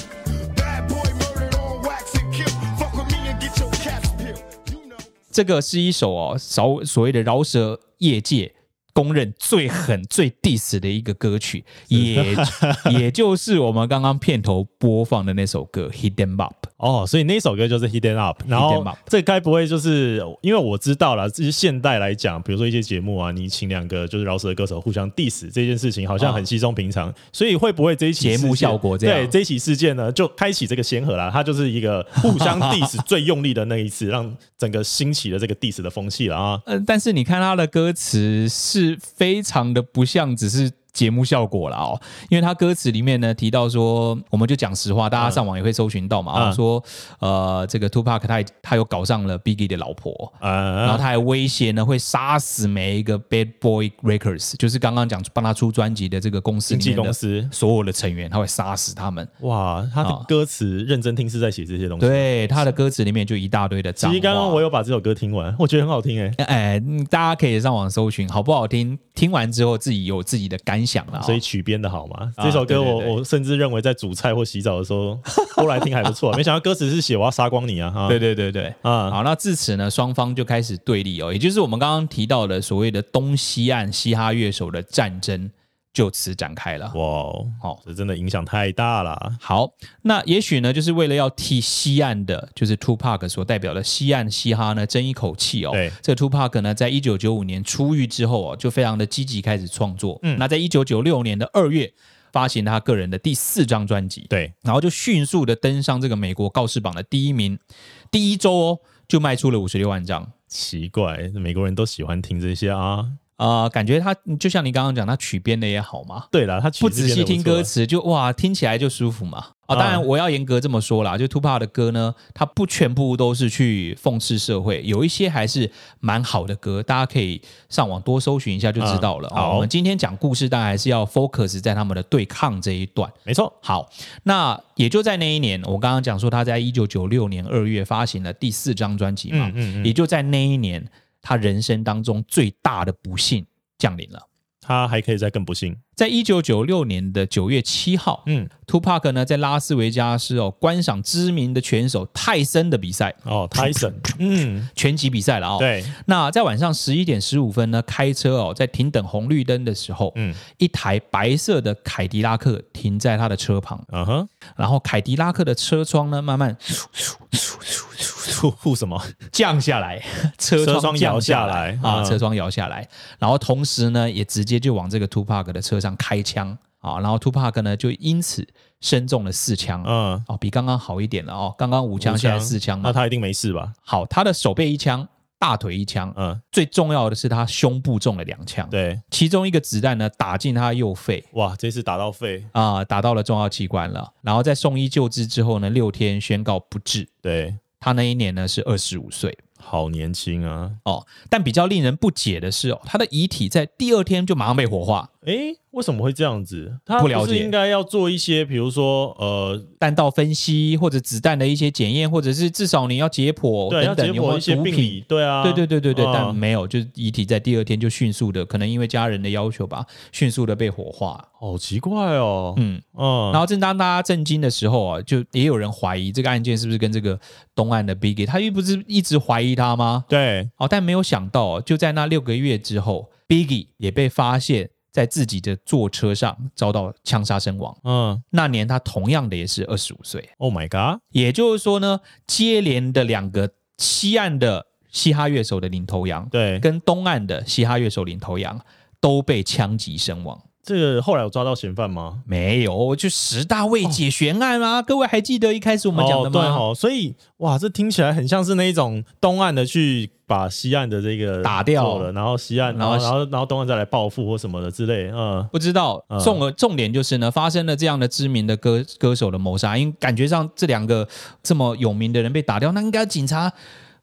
Speaker 3: Bad boy murdered on wax and kill. Fuck with me and get your caps peeled. You know.
Speaker 1: 这个是一首哦，饶所谓的饶舌业界公认最狠、最 diss 的一个歌曲，也 也就是我们刚刚片头播放的那首歌《Hit Them Up》。
Speaker 2: 哦，所以那首歌就是 Hidden Up，然后
Speaker 1: Hidden Up
Speaker 2: 这该不会就是因为我知道了，就是现代来讲，比如说一些节目啊，你请两个就是饶舌的歌手互相 diss 这件事情，好像
Speaker 1: 啊
Speaker 2: 很稀松平常，所以会不会这一起
Speaker 1: 节目
Speaker 2: 事件
Speaker 1: 效果这样
Speaker 2: 对这一起事件呢，就开启这个先河啦，它就是一个互相 diss 最用力的那一次，让整个兴起了这个 diss 的风气了啊。
Speaker 1: 呃，但是你看他的歌词是非常的不像，只是。节目效果啦哦，因为他歌词里面呢提到说，我们就讲实话，大家上网也会搜寻到嘛。啊
Speaker 2: 嗯
Speaker 1: 说呃，这个 Tupac 他也他有搞上了 Biggie 的老婆，然后
Speaker 2: 呃，
Speaker 1: 他还威胁呢会杀死每一个 Bad Boy Records，就是刚刚讲帮他出专辑的这个公司
Speaker 2: 经
Speaker 1: 里
Speaker 2: 纪
Speaker 1: 面的
Speaker 2: 公司，
Speaker 1: 所有的成员，他会杀死他们。
Speaker 2: 哇，他的
Speaker 1: 啊
Speaker 2: 歌词认真听是在写这些东西。，
Speaker 1: 对，啊他的歌词里面就一大堆的脏
Speaker 2: 其
Speaker 1: 话。
Speaker 2: 实刚刚我有把这首歌听完，我觉得很好听哎、
Speaker 1: 哎，嗯大家可以上网搜寻好不好听，听完之后自己有自己的感想了、哦。
Speaker 2: 所以曲编的好嘛，
Speaker 1: 啊
Speaker 2: 这首歌
Speaker 1: 对对
Speaker 2: 我
Speaker 1: 对
Speaker 2: 我甚至认为在煮菜或洗澡的时候 播来听还不错，没想到歌词是写我要杀光你啊！哈，
Speaker 1: 对对对对，
Speaker 2: 啊
Speaker 1: 好，那至此呢，双方就开始对立哦，也就是我们刚刚提到的所谓的东西岸嘻哈乐手的战争就此展开了。
Speaker 2: 哇哦，
Speaker 1: 好
Speaker 2: 这真的影响太大了。
Speaker 1: 好，那也许呢，就是为了要替西岸的，就是 Tupac 所代表的西岸嘻哈呢争一口气哦。
Speaker 2: 对
Speaker 1: 这个 Tupac 呢，在一九九五年出狱之后哦，就非常的积极开始创作。
Speaker 2: 嗯
Speaker 1: 那在一九九六年的二月，发行他个人的第四张专辑。
Speaker 2: 对，
Speaker 1: 然后就迅速的登上这个美国告示榜的第一名，第一周哦就卖出了五十六万张。
Speaker 2: 奇怪，美国人都喜欢听这些啊。
Speaker 1: 啊、感觉他就像你刚刚讲，他曲编的也好嘛，
Speaker 2: 对了，他曲
Speaker 1: 不仔
Speaker 2: 子
Speaker 1: 细
Speaker 2: 编得
Speaker 1: 听
Speaker 2: 错啊
Speaker 1: 歌，词就哇，听起来就舒服嘛。啊，当
Speaker 2: 啊
Speaker 1: 然我要严格这么说啦，就 Tupac 的歌呢，它不全部都是去讽刺社会，有一些还是蛮好的歌，大家可以上网多搜寻一下就知道了。哦
Speaker 2: 啊好
Speaker 1: 我们今天讲故事，当然还是要 focus 在他们的对抗这一段。
Speaker 2: 没错。
Speaker 1: 好，那也就在那一年，我刚刚讲说他在一九九六年二月发行了第四张专辑嘛，
Speaker 2: 嗯嗯嗯
Speaker 1: 也就在那一年，他人生当中最大的不幸降临了。
Speaker 2: 他还可以再更不幸。
Speaker 1: 在一九九六年的九月七号、
Speaker 2: 嗯，
Speaker 1: t u p a c 呢在拉斯维加斯哦观赏知名的拳手泰森的比赛，
Speaker 2: 哦，Tyson，嗯，
Speaker 1: 拳击比赛了哦。
Speaker 2: 对，
Speaker 1: 那在晚上十一点十五分呢，开车哦，在停等红绿灯的时候，
Speaker 2: 嗯
Speaker 1: 一台白色的凯迪拉克停在他的车旁，
Speaker 2: 嗯哼，
Speaker 1: 然后凯迪拉克的车窗呢，慢慢
Speaker 2: 护护什么？
Speaker 1: 降下来， 车
Speaker 2: 车
Speaker 1: 窗
Speaker 2: 窗
Speaker 1: 降
Speaker 2: 摇
Speaker 1: 下
Speaker 2: 下
Speaker 1: 来
Speaker 2: 来
Speaker 1: 啊，
Speaker 2: 嗯
Speaker 1: 车窗摇下来，然后同时呢，也直接就往这个 Tupac 的车上开枪啊，然后 Tupac 呢就因此身中了四枪，
Speaker 2: 嗯，
Speaker 1: 哦，比刚刚好一点了哦，刚刚五枪，
Speaker 2: 五
Speaker 1: 现在四枪啊
Speaker 2: 那
Speaker 1: 嘛，
Speaker 2: 他一定没事吧？
Speaker 1: 好，他的手背一枪，大腿一枪，
Speaker 2: 嗯，
Speaker 1: 最重要的是他胸部中了两枪，，
Speaker 2: 对，
Speaker 1: 其中一个子弹呢打进他右肺。
Speaker 2: 哇，这次打到肺，
Speaker 1: 啊、打到了重要器官了。然后在送医救治之后呢，六天宣告不治。
Speaker 2: 对，
Speaker 1: 他那一年呢是二十五岁。
Speaker 2: 好年轻啊。
Speaker 1: 哦，但比较令人不解的是哦，他的遗体在第二天就马上被火化，
Speaker 2: 诶，为什么会这样子？他
Speaker 1: 不了
Speaker 2: 是
Speaker 1: 解
Speaker 2: 应该要做一些，比如说呃，
Speaker 1: 弹道分析或者子弹的一些检验，或者是至少你要解剖
Speaker 2: 对，要
Speaker 1: 哦等
Speaker 2: 解
Speaker 1: 等，有没
Speaker 2: 剖
Speaker 1: 有
Speaker 2: 一些
Speaker 1: 毒
Speaker 2: 病理
Speaker 1: 品？，
Speaker 2: 对啊，
Speaker 1: 对对对对对，
Speaker 2: 嗯
Speaker 1: 但没有，就是遗体在第二天就迅速的，可能因为家人的要求吧，迅速的被火化。
Speaker 2: 好奇怪哦，
Speaker 1: 嗯，
Speaker 2: 嗯
Speaker 1: 然后正当大家震惊的时候啊，就也有人怀疑这个案件是不是跟这个东岸的 Biggie，他又不是一直怀疑他吗？
Speaker 2: 对，
Speaker 1: 哦，但没有想到、哦，就在那六个月之后，Biggie 也被发现在自己的坐车上遭到枪杀身亡。
Speaker 2: 嗯
Speaker 1: 那年他同样的也是二十五岁，
Speaker 2: ，Oh my god，
Speaker 1: 也就是说呢，接连的两个西岸的嘻哈乐手的领头羊，
Speaker 2: 对，
Speaker 1: 跟东岸的嘻哈乐手领头羊都被枪击身亡。
Speaker 2: 这个后来有抓到嫌犯吗？
Speaker 1: 没有，就十大未解悬案啊！各位还记得一开始我们讲的
Speaker 2: 哦对
Speaker 1: 吗？
Speaker 2: 哦，所以哇，这听起来很像是那一种东岸的去把西岸的这个
Speaker 1: 打掉
Speaker 2: 做了，然后西岸，
Speaker 1: 然
Speaker 2: 然
Speaker 1: 后
Speaker 2: 后然后然后东岸再来报复或什么的之类，嗯，
Speaker 1: 不知道，
Speaker 2: 嗯
Speaker 1: 重而重点就是呢，发生了这样的知名的歌歌手的谋杀，因为感觉上这两个这么有名的人被打掉，那应该警察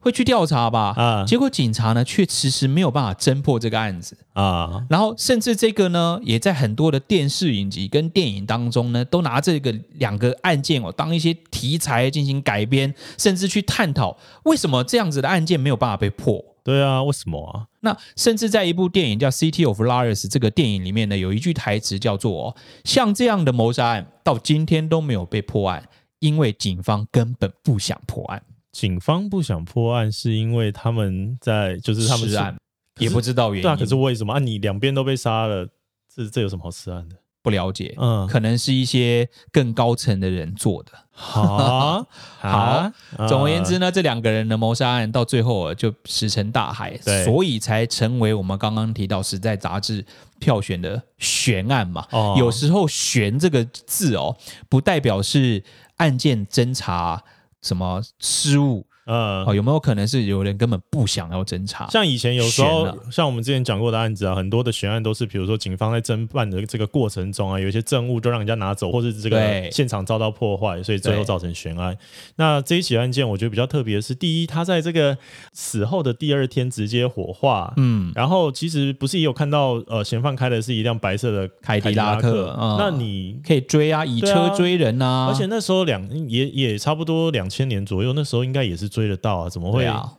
Speaker 1: 会去调查吧？
Speaker 2: 啊
Speaker 1: 结果警察呢，却迟迟没有办法侦破这个案子。
Speaker 2: 啊，
Speaker 1: 然后甚至这个呢，也在很多的电视影集跟电影当中呢，都拿这个两个案件哦当一些题材进行改编，甚至去探讨为什么这样子的案件没有办法被破。
Speaker 2: 对啊，为什么啊？
Speaker 1: 那甚至在一部电影叫《City of Liars》这个电影里面呢，有一句台词叫做、哦“像这样的谋杀案到今天都没有被破案，因为警方根本不想破案，
Speaker 2: 警方不想破案是因为他们在就是他们
Speaker 1: 吃
Speaker 2: 是
Speaker 1: 案，
Speaker 2: 可是
Speaker 1: 啊也不知道原因，
Speaker 2: 对啊，可是为什么啊？你两边都被杀了，这这有什么好吃案啊的？
Speaker 1: 不了解，
Speaker 2: 嗯，
Speaker 1: 可能是一些更高层的人做的。
Speaker 2: 好
Speaker 1: 好，总而言之
Speaker 2: 啊
Speaker 1: 呢，这两个人的谋杀案到最后呃就石沉大海，
Speaker 2: 对
Speaker 1: 所以才成为我们刚刚提到《时代》杂志票选的悬案嘛。
Speaker 2: 哦
Speaker 1: 有时候“悬”这个字哦，不代表是案件侦查什么失误
Speaker 2: 嗯
Speaker 1: 哦，有没有可能是有人根本不想要侦查？
Speaker 2: 像以前有时候
Speaker 1: 悬啊了，
Speaker 2: 像我们之前讲过的案子啊，很多的悬案都是，比如说警方在侦办的这个过程中啊，有一些证物就让人家拿走，或是这
Speaker 1: 对
Speaker 2: 个现场遭到破坏，所以最后
Speaker 1: 对
Speaker 2: 造成悬案。那这一起案件，我觉得比较特别的是，第一，他在这个死后的第二天直接火化，
Speaker 1: 嗯，
Speaker 2: 然后其实不是也有看到，呃，嫌犯开的是一辆白色的
Speaker 1: 凯迪
Speaker 2: 迪拉
Speaker 1: 拉克嗯
Speaker 2: 那你
Speaker 1: 可以追啊，以
Speaker 2: 对啊
Speaker 1: 车追人啊，
Speaker 2: 而且那时候两也也差不多两千年左右，那时候应该也是追得到啊，怎么
Speaker 1: 对
Speaker 2: 会
Speaker 1: 啊，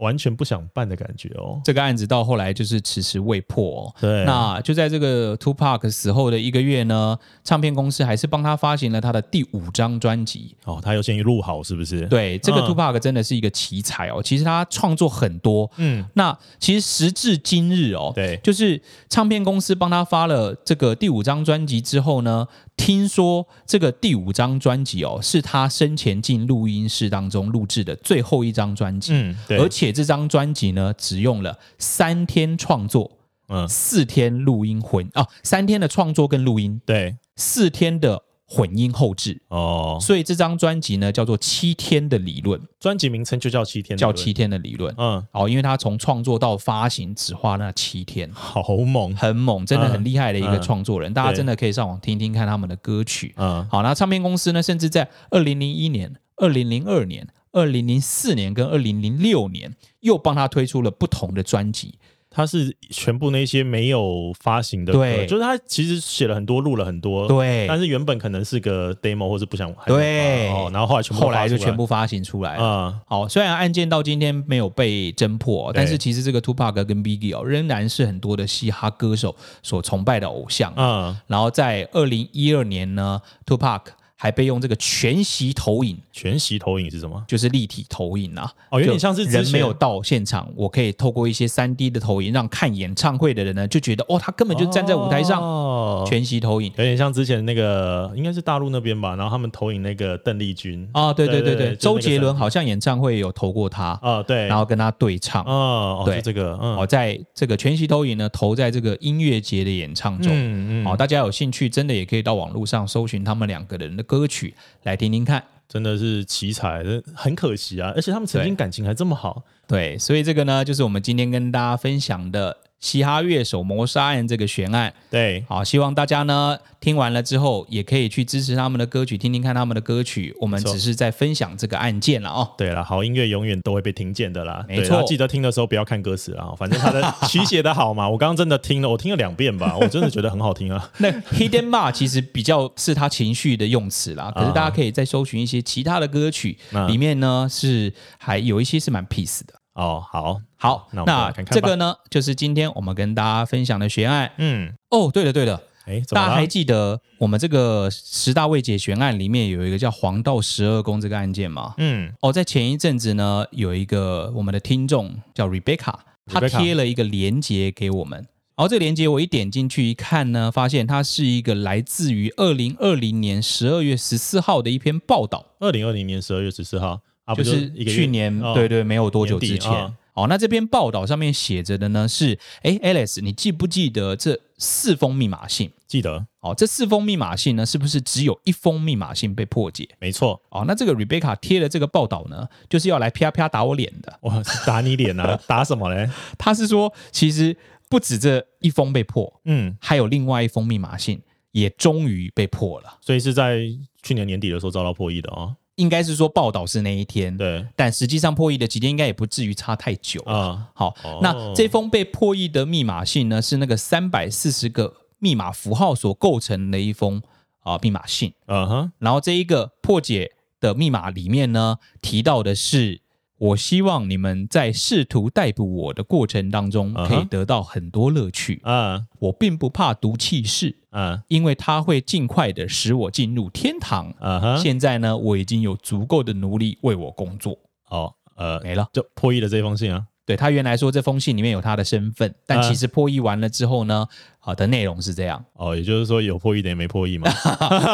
Speaker 2: 完全不想办的感觉哦？
Speaker 1: 这个案子到后来就是迟迟未破、哦。
Speaker 2: 对
Speaker 1: 那就在这个 Tupac 死后的一个月呢，唱片公司还是帮他发行了他的第五张专辑。
Speaker 2: 哦，他有先录好是不是？，
Speaker 1: 对，这个
Speaker 2: 嗯
Speaker 1: Tupac 真的是一个奇才哦，其实他创作很多。
Speaker 2: 嗯，
Speaker 1: 那其实时至今日哦，
Speaker 2: 对
Speaker 1: 就是唱片公司帮他发了这个第五张专辑之后呢，听说这个第五张专辑哦，是他生前进录音室当中录制的最后一张专辑。
Speaker 2: 嗯，对，
Speaker 1: 而且这张专辑呢，只用了三天创作，
Speaker 2: 嗯，
Speaker 1: 四天录音混啊，三天的创作跟录音，
Speaker 2: 对，
Speaker 1: 四天的混音后置。
Speaker 2: 哦，
Speaker 1: 所以这张专辑呢，叫做《七天的理论》，
Speaker 2: 专辑名称就叫七天，
Speaker 1: 叫《
Speaker 2: 对不对
Speaker 1: 七，天的理论》。
Speaker 2: 嗯，
Speaker 1: 哦，因为他从创作到发行只花那七天，
Speaker 2: 好猛，
Speaker 1: 很猛，真的很厉害的一个
Speaker 2: 嗯
Speaker 1: 创作人。大家
Speaker 2: 对
Speaker 1: 真的可以上网听听看他们的歌曲。
Speaker 2: 嗯，
Speaker 1: 好，那唱片公司呢，甚至在二零零一年、二零零二年、二零零四年跟二零零六年又帮他推出了不同的专辑。
Speaker 2: 他是全部那些没有发行的歌，
Speaker 1: 对
Speaker 2: 就是他其实写了很多，录了很多，，
Speaker 1: 对，
Speaker 2: 但是原本可能是个 demo 或是不想，还没
Speaker 1: 对
Speaker 2: 发哦，然后后来全部
Speaker 1: 后来就
Speaker 2: 发出
Speaker 1: 全，部发行出来了。
Speaker 2: 嗯，
Speaker 1: 好，虽然案件到今天没有被侦破，
Speaker 2: 对
Speaker 1: 但是其实这个 Tupac 跟 Biggie 哦，仍然是很多的嘻哈歌手所崇拜的偶像。
Speaker 2: 嗯，
Speaker 1: 然后在二零一二年呢，Tupac 还被用这个全息投影，
Speaker 2: 全息投影是什么？
Speaker 1: 就是立体投影啊，
Speaker 2: 哦有点
Speaker 1: 就
Speaker 2: 像是之前
Speaker 1: 人没有到现场，我可以透过一些三 D 的投影，让看演唱会的人呢就觉得哦，他根本就站在舞台上，
Speaker 2: 哦
Speaker 1: 全息投影。
Speaker 2: 有点像之前那个，应该是大陆那边吧，然后他们投影那个邓丽君
Speaker 1: 啊，对对
Speaker 2: 哦对
Speaker 1: 对
Speaker 2: 对
Speaker 1: 对，
Speaker 2: 就
Speaker 1: 周
Speaker 2: 那个
Speaker 1: 杰伦
Speaker 2: 三
Speaker 1: 好像演唱会有投过他，
Speaker 2: 啊，对，
Speaker 1: 然后跟他对唱。
Speaker 2: 哦，哦
Speaker 1: 对
Speaker 2: 就这个，嗯，
Speaker 1: 哦，在这个全息投影呢，投在这个音乐节的演唱中。
Speaker 2: 嗯
Speaker 1: 好、大家有兴趣，真的也可以到网络上搜寻他们两个人的歌曲来听听看。
Speaker 2: 真的是奇才，真很可惜啊！而且他们曾经
Speaker 1: 对
Speaker 2: 感情还这么好，
Speaker 1: 对，所以这个呢，就是我们今天跟大家分享的嘻哈乐手谋杀案这个悬案。
Speaker 2: 对，
Speaker 1: 好，希望大家呢听完了之后，也可以去支持他们的歌曲，听听看他们的歌曲。我们
Speaker 2: 错
Speaker 1: 只是在分享这个案件了 哦。
Speaker 2: 对了，好音乐永远都会被听见的啦。
Speaker 1: 没
Speaker 2: 对
Speaker 1: 错
Speaker 2: 然后记得听的时候不要看歌词啊，反 正它的曲写的好嘛。我刚刚真的听了，我听了两遍吧，我真的觉得很好听 啊。
Speaker 1: 那 Hidden Bar 其实比较是他情绪的用词
Speaker 2: 啊
Speaker 1: 啦，可是大家可以再搜寻一些其他的歌曲，
Speaker 2: 嗯
Speaker 1: 里面呢是还有一些是蛮 peace 的。
Speaker 2: 哦，好，
Speaker 1: 好，
Speaker 2: 那我们来看看吧
Speaker 1: 这个呢就是今天我们跟大家分享的悬案。
Speaker 2: 嗯，
Speaker 1: 哦，对了对了，
Speaker 2: 哎，怎么
Speaker 1: 大家还
Speaker 2: 了？
Speaker 1: 记得我们这个十大未解悬案里面有一个叫黄道十二宫这个案件吗？
Speaker 2: 嗯，
Speaker 1: 哦，在前一阵子呢，有一个我们的听众叫 Rebecca，她
Speaker 2: Rebecca
Speaker 1: 贴了一个链接给我们。然后这个链接我一点进去一看呢，发现它是一个来自于二零二零年十二月十四号的一篇报道，
Speaker 2: 二零二零年十二月十四号啊，不
Speaker 1: 就是
Speaker 2: 一个月
Speaker 1: 去年、
Speaker 2: 哦
Speaker 1: 对对没有多久
Speaker 2: 年底
Speaker 1: 之前。
Speaker 2: 啊
Speaker 1: 哦，那这篇报道上面写着的呢是，哎，Alice，你记不记得这四封密码信？
Speaker 2: 记得
Speaker 1: 哦，这四封密码信呢，是不是只有一封密码信被破解？
Speaker 2: 没错。
Speaker 1: 哦，那这个 Rebecca 贴的这个报道呢，就是要来啪啪打我脸的。
Speaker 2: 哇，打你脸啊！打什么嘞？
Speaker 1: 他是说，其实不止这一封被破，
Speaker 2: 嗯，
Speaker 1: 还有另外一封密码信也终于被破了。
Speaker 2: 所以是在去年年底的时候遭到破译的哦。
Speaker 1: 应该是说报道是那一天，
Speaker 2: 对
Speaker 1: 但实际上破译的期间应该也不至于差太久
Speaker 2: 啊、
Speaker 1: 好，
Speaker 2: 哦
Speaker 1: 那这封被破译的密码信呢，是那个三百四十个密码符号所构成的一封啊、密码信。
Speaker 2: 嗯哼，
Speaker 1: 然后这一个破解的密码里面呢，提到的是，我希望你们在试图逮捕我的过程当中，
Speaker 2: 嗯哼
Speaker 1: 可以得到很多乐趣。
Speaker 2: 啊
Speaker 1: 我并不怕毒气室，
Speaker 2: 啊
Speaker 1: 因为它会尽快的使我进入天堂。
Speaker 2: 啊哈！
Speaker 1: 现在呢，我已经有足够的奴隶为我工作。
Speaker 2: 哦，呃，
Speaker 1: 没了。
Speaker 2: 就破译的这封信啊，
Speaker 1: 对他原来说这封信里面有他的身份，但
Speaker 2: 啊
Speaker 1: 其实破译完了之后呢，啊、的内容是这 样，
Speaker 2: 哦，也就是说有破译的也没 破译嘛，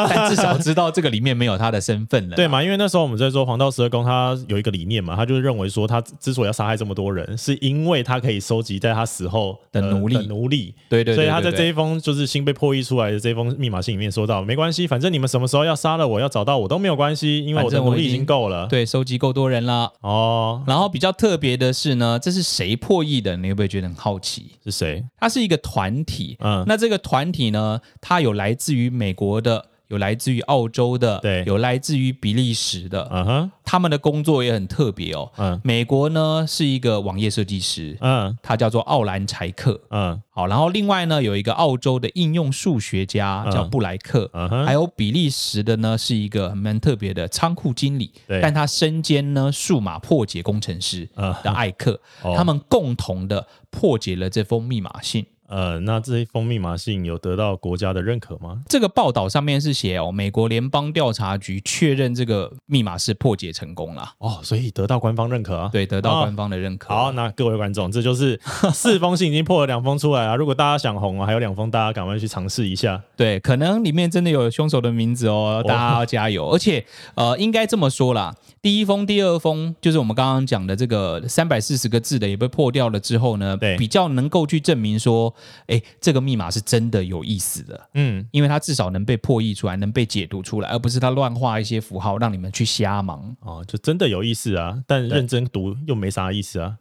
Speaker 1: 但至少知道这个里面没有他的身份了。
Speaker 2: 对嘛？因为那时候我们在说黄道十二宫，他有一个理念嘛，他就认为说他之所以要杀害这么多人，是因为他可以收集在他死后
Speaker 1: 的奴隶
Speaker 2: 奴隶。
Speaker 1: 对对对对
Speaker 2: 所以他在
Speaker 1: 对
Speaker 2: 这一封就是新被破译出来的这一封密码信里面说到，没关系，反正你们什么时候要杀了我，要找到我都没有关系，因为我
Speaker 1: 反
Speaker 2: 的
Speaker 1: 正
Speaker 2: 奴
Speaker 1: 我
Speaker 2: 隶
Speaker 1: 已
Speaker 2: 已
Speaker 1: 经
Speaker 2: 经够了。，
Speaker 1: 对，收集够多人啦。
Speaker 2: 哦，
Speaker 1: 然后比较特别的是呢，这是谁破译的？你会不会觉得很好奇？
Speaker 2: 是谁？
Speaker 1: 它是一个团体，
Speaker 2: 嗯
Speaker 1: 那这个团体呢，它有来自于美国的，有来自于澳洲的，
Speaker 2: 对
Speaker 1: 有来自于比利时的，
Speaker 2: 嗯哼，
Speaker 1: 他们的工作也很特别哦。
Speaker 2: 嗯
Speaker 1: 美国呢是一个网页设计师，
Speaker 2: 嗯
Speaker 1: 他叫做奥兰柴克。
Speaker 2: 嗯
Speaker 1: 好，然后另外呢有一个澳洲的应用数学家
Speaker 2: 嗯
Speaker 1: 叫布莱克，
Speaker 2: 嗯哼
Speaker 1: 还有比利时的呢是一个蛮特别的仓库经理，
Speaker 2: 对
Speaker 1: 但他身兼呢数码破解工程师
Speaker 2: 嗯
Speaker 1: 的艾克，
Speaker 2: 哦
Speaker 1: 他们共同的破解了这封密码信。
Speaker 2: 呃，那这一封密码信有得到国家的认可吗？
Speaker 1: 这个报道上面是写哦，美国联邦调查局确认这个密码是破解成功了，
Speaker 2: 哦，所以得到官方认可啊。
Speaker 1: 对，得到
Speaker 2: 哦
Speaker 1: 官方的认可。
Speaker 2: 好，那各位观众，这就是四封信已经破了两封出来啊！如果大家想红啊，还有两封，大家赶快去尝试一下。
Speaker 1: 对，可能里面真的有凶手的名字哦，大家要加油。而且，呃，应该这么说啦，第一封、第二封，就是我们刚刚讲的这个三百四十个字的也被破掉了之后呢，
Speaker 2: 对
Speaker 1: 比较能够去证明说，哎，这个密码是真的有意思的，
Speaker 2: 嗯，
Speaker 1: 因为它至少能被破译出来，能被解读出来，而不是它乱画一些符号让你们去瞎忙。
Speaker 2: 哦，就真的有意思啊，但认真读又没啥意思啊，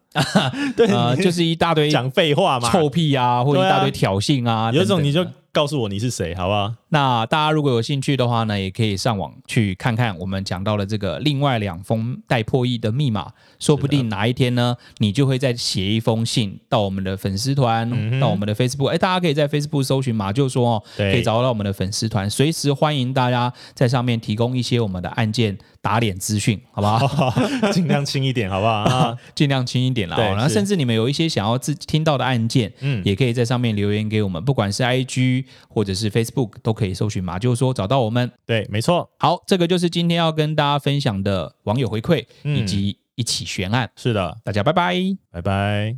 Speaker 1: 呃，就是一大堆
Speaker 2: 讲废话嘛。
Speaker 1: 臭屁啊，或者一大堆
Speaker 2: 对啊
Speaker 1: 挑衅啊，
Speaker 2: 有一
Speaker 1: 等
Speaker 2: 种
Speaker 1: 等
Speaker 2: 你就
Speaker 1: 的
Speaker 2: 告诉我你是谁，好不好？
Speaker 1: 那大家如果有兴趣的话呢，也可以上网去看看我们讲到了这个另外两封待破译的密码，说不定哪一天呢，你就会再写一封信到我们的粉丝团，
Speaker 2: 嗯
Speaker 1: 到我们的 Facebook，哎，大家可以在 Facebook 搜寻马就说哦，
Speaker 2: 对
Speaker 1: 可以找到我们的粉丝团，随时欢迎大家在上面提供一些我们的案件打脸资讯，好不好？
Speaker 2: 尽量轻一点，好不 好啊？
Speaker 1: 尽量轻一点啦。哦
Speaker 2: 对
Speaker 1: 然后
Speaker 2: 是
Speaker 1: 甚至你们有一些想要自听到的案件，嗯，也可以在上面留言给我们，不管是 IG 或者是 Facebook 都可以搜寻马就说找到我们。
Speaker 2: 对，没错，
Speaker 1: 好，这个就是今天要跟大家分享的网友回馈
Speaker 2: 嗯
Speaker 1: 以及一起悬案，
Speaker 2: 是的，
Speaker 1: 大家拜拜。
Speaker 2: 拜拜。